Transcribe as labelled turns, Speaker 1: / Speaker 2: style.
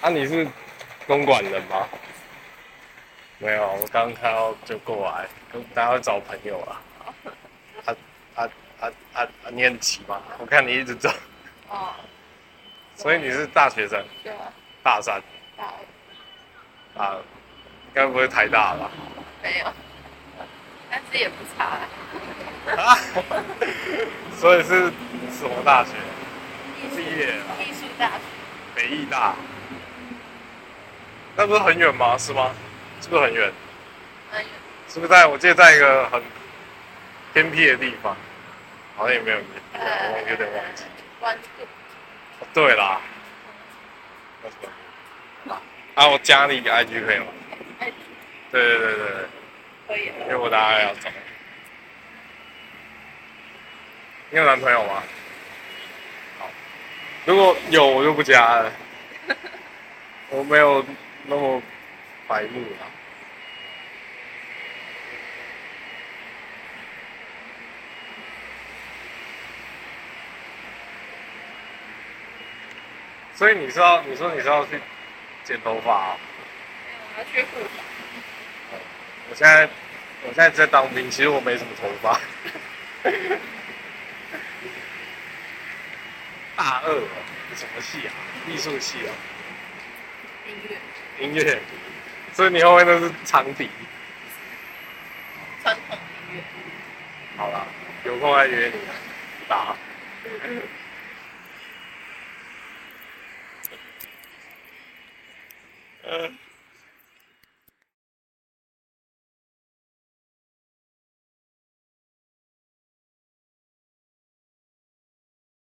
Speaker 1: 啊，你是公馆人吗？没有，我刚看到就过来，跟大家会找朋友啊。啊啊啊啊啊！你很急吗？我看你一直走，
Speaker 2: 哦，
Speaker 1: 所以你是大学生，
Speaker 2: 对啊，
Speaker 1: 大三
Speaker 2: 大二
Speaker 1: 啊，该不会台大吧？
Speaker 2: 没有，啊但是也不差啦。
Speaker 1: 啊，所以是什么大学？
Speaker 2: 艺术
Speaker 1: 毕业了，
Speaker 2: 艺术大学
Speaker 1: 北艺大。那不是很远吗？是吗？是不是很远？
Speaker 2: 很远，
Speaker 1: 是不是在我记得在一个很偏僻的地方？好像也没有很偏
Speaker 2: 呃哦
Speaker 1: 僻啊，我有点忘记。
Speaker 2: 关注
Speaker 1: 哦对啦，那什么啊，我加了一个 IG 可以吗？
Speaker 2: 哎，
Speaker 1: 对对对对对。
Speaker 2: 可以啊了
Speaker 1: 因为我大概要走。你有男朋友吗？好，如果有我就不加了。我没有那么白目啦。所以你是要，你说你是要去剪头发、啊？
Speaker 2: 我要去复习。
Speaker 1: 我现在我现在在当兵，其实我没什么头发。 大二哦，你什么系啊？艺术系啊，
Speaker 2: 音乐，
Speaker 1: 音乐。所以你后面都是长笛。
Speaker 2: 传统音乐，
Speaker 1: 好啦，有空再约你啊，打。嗯。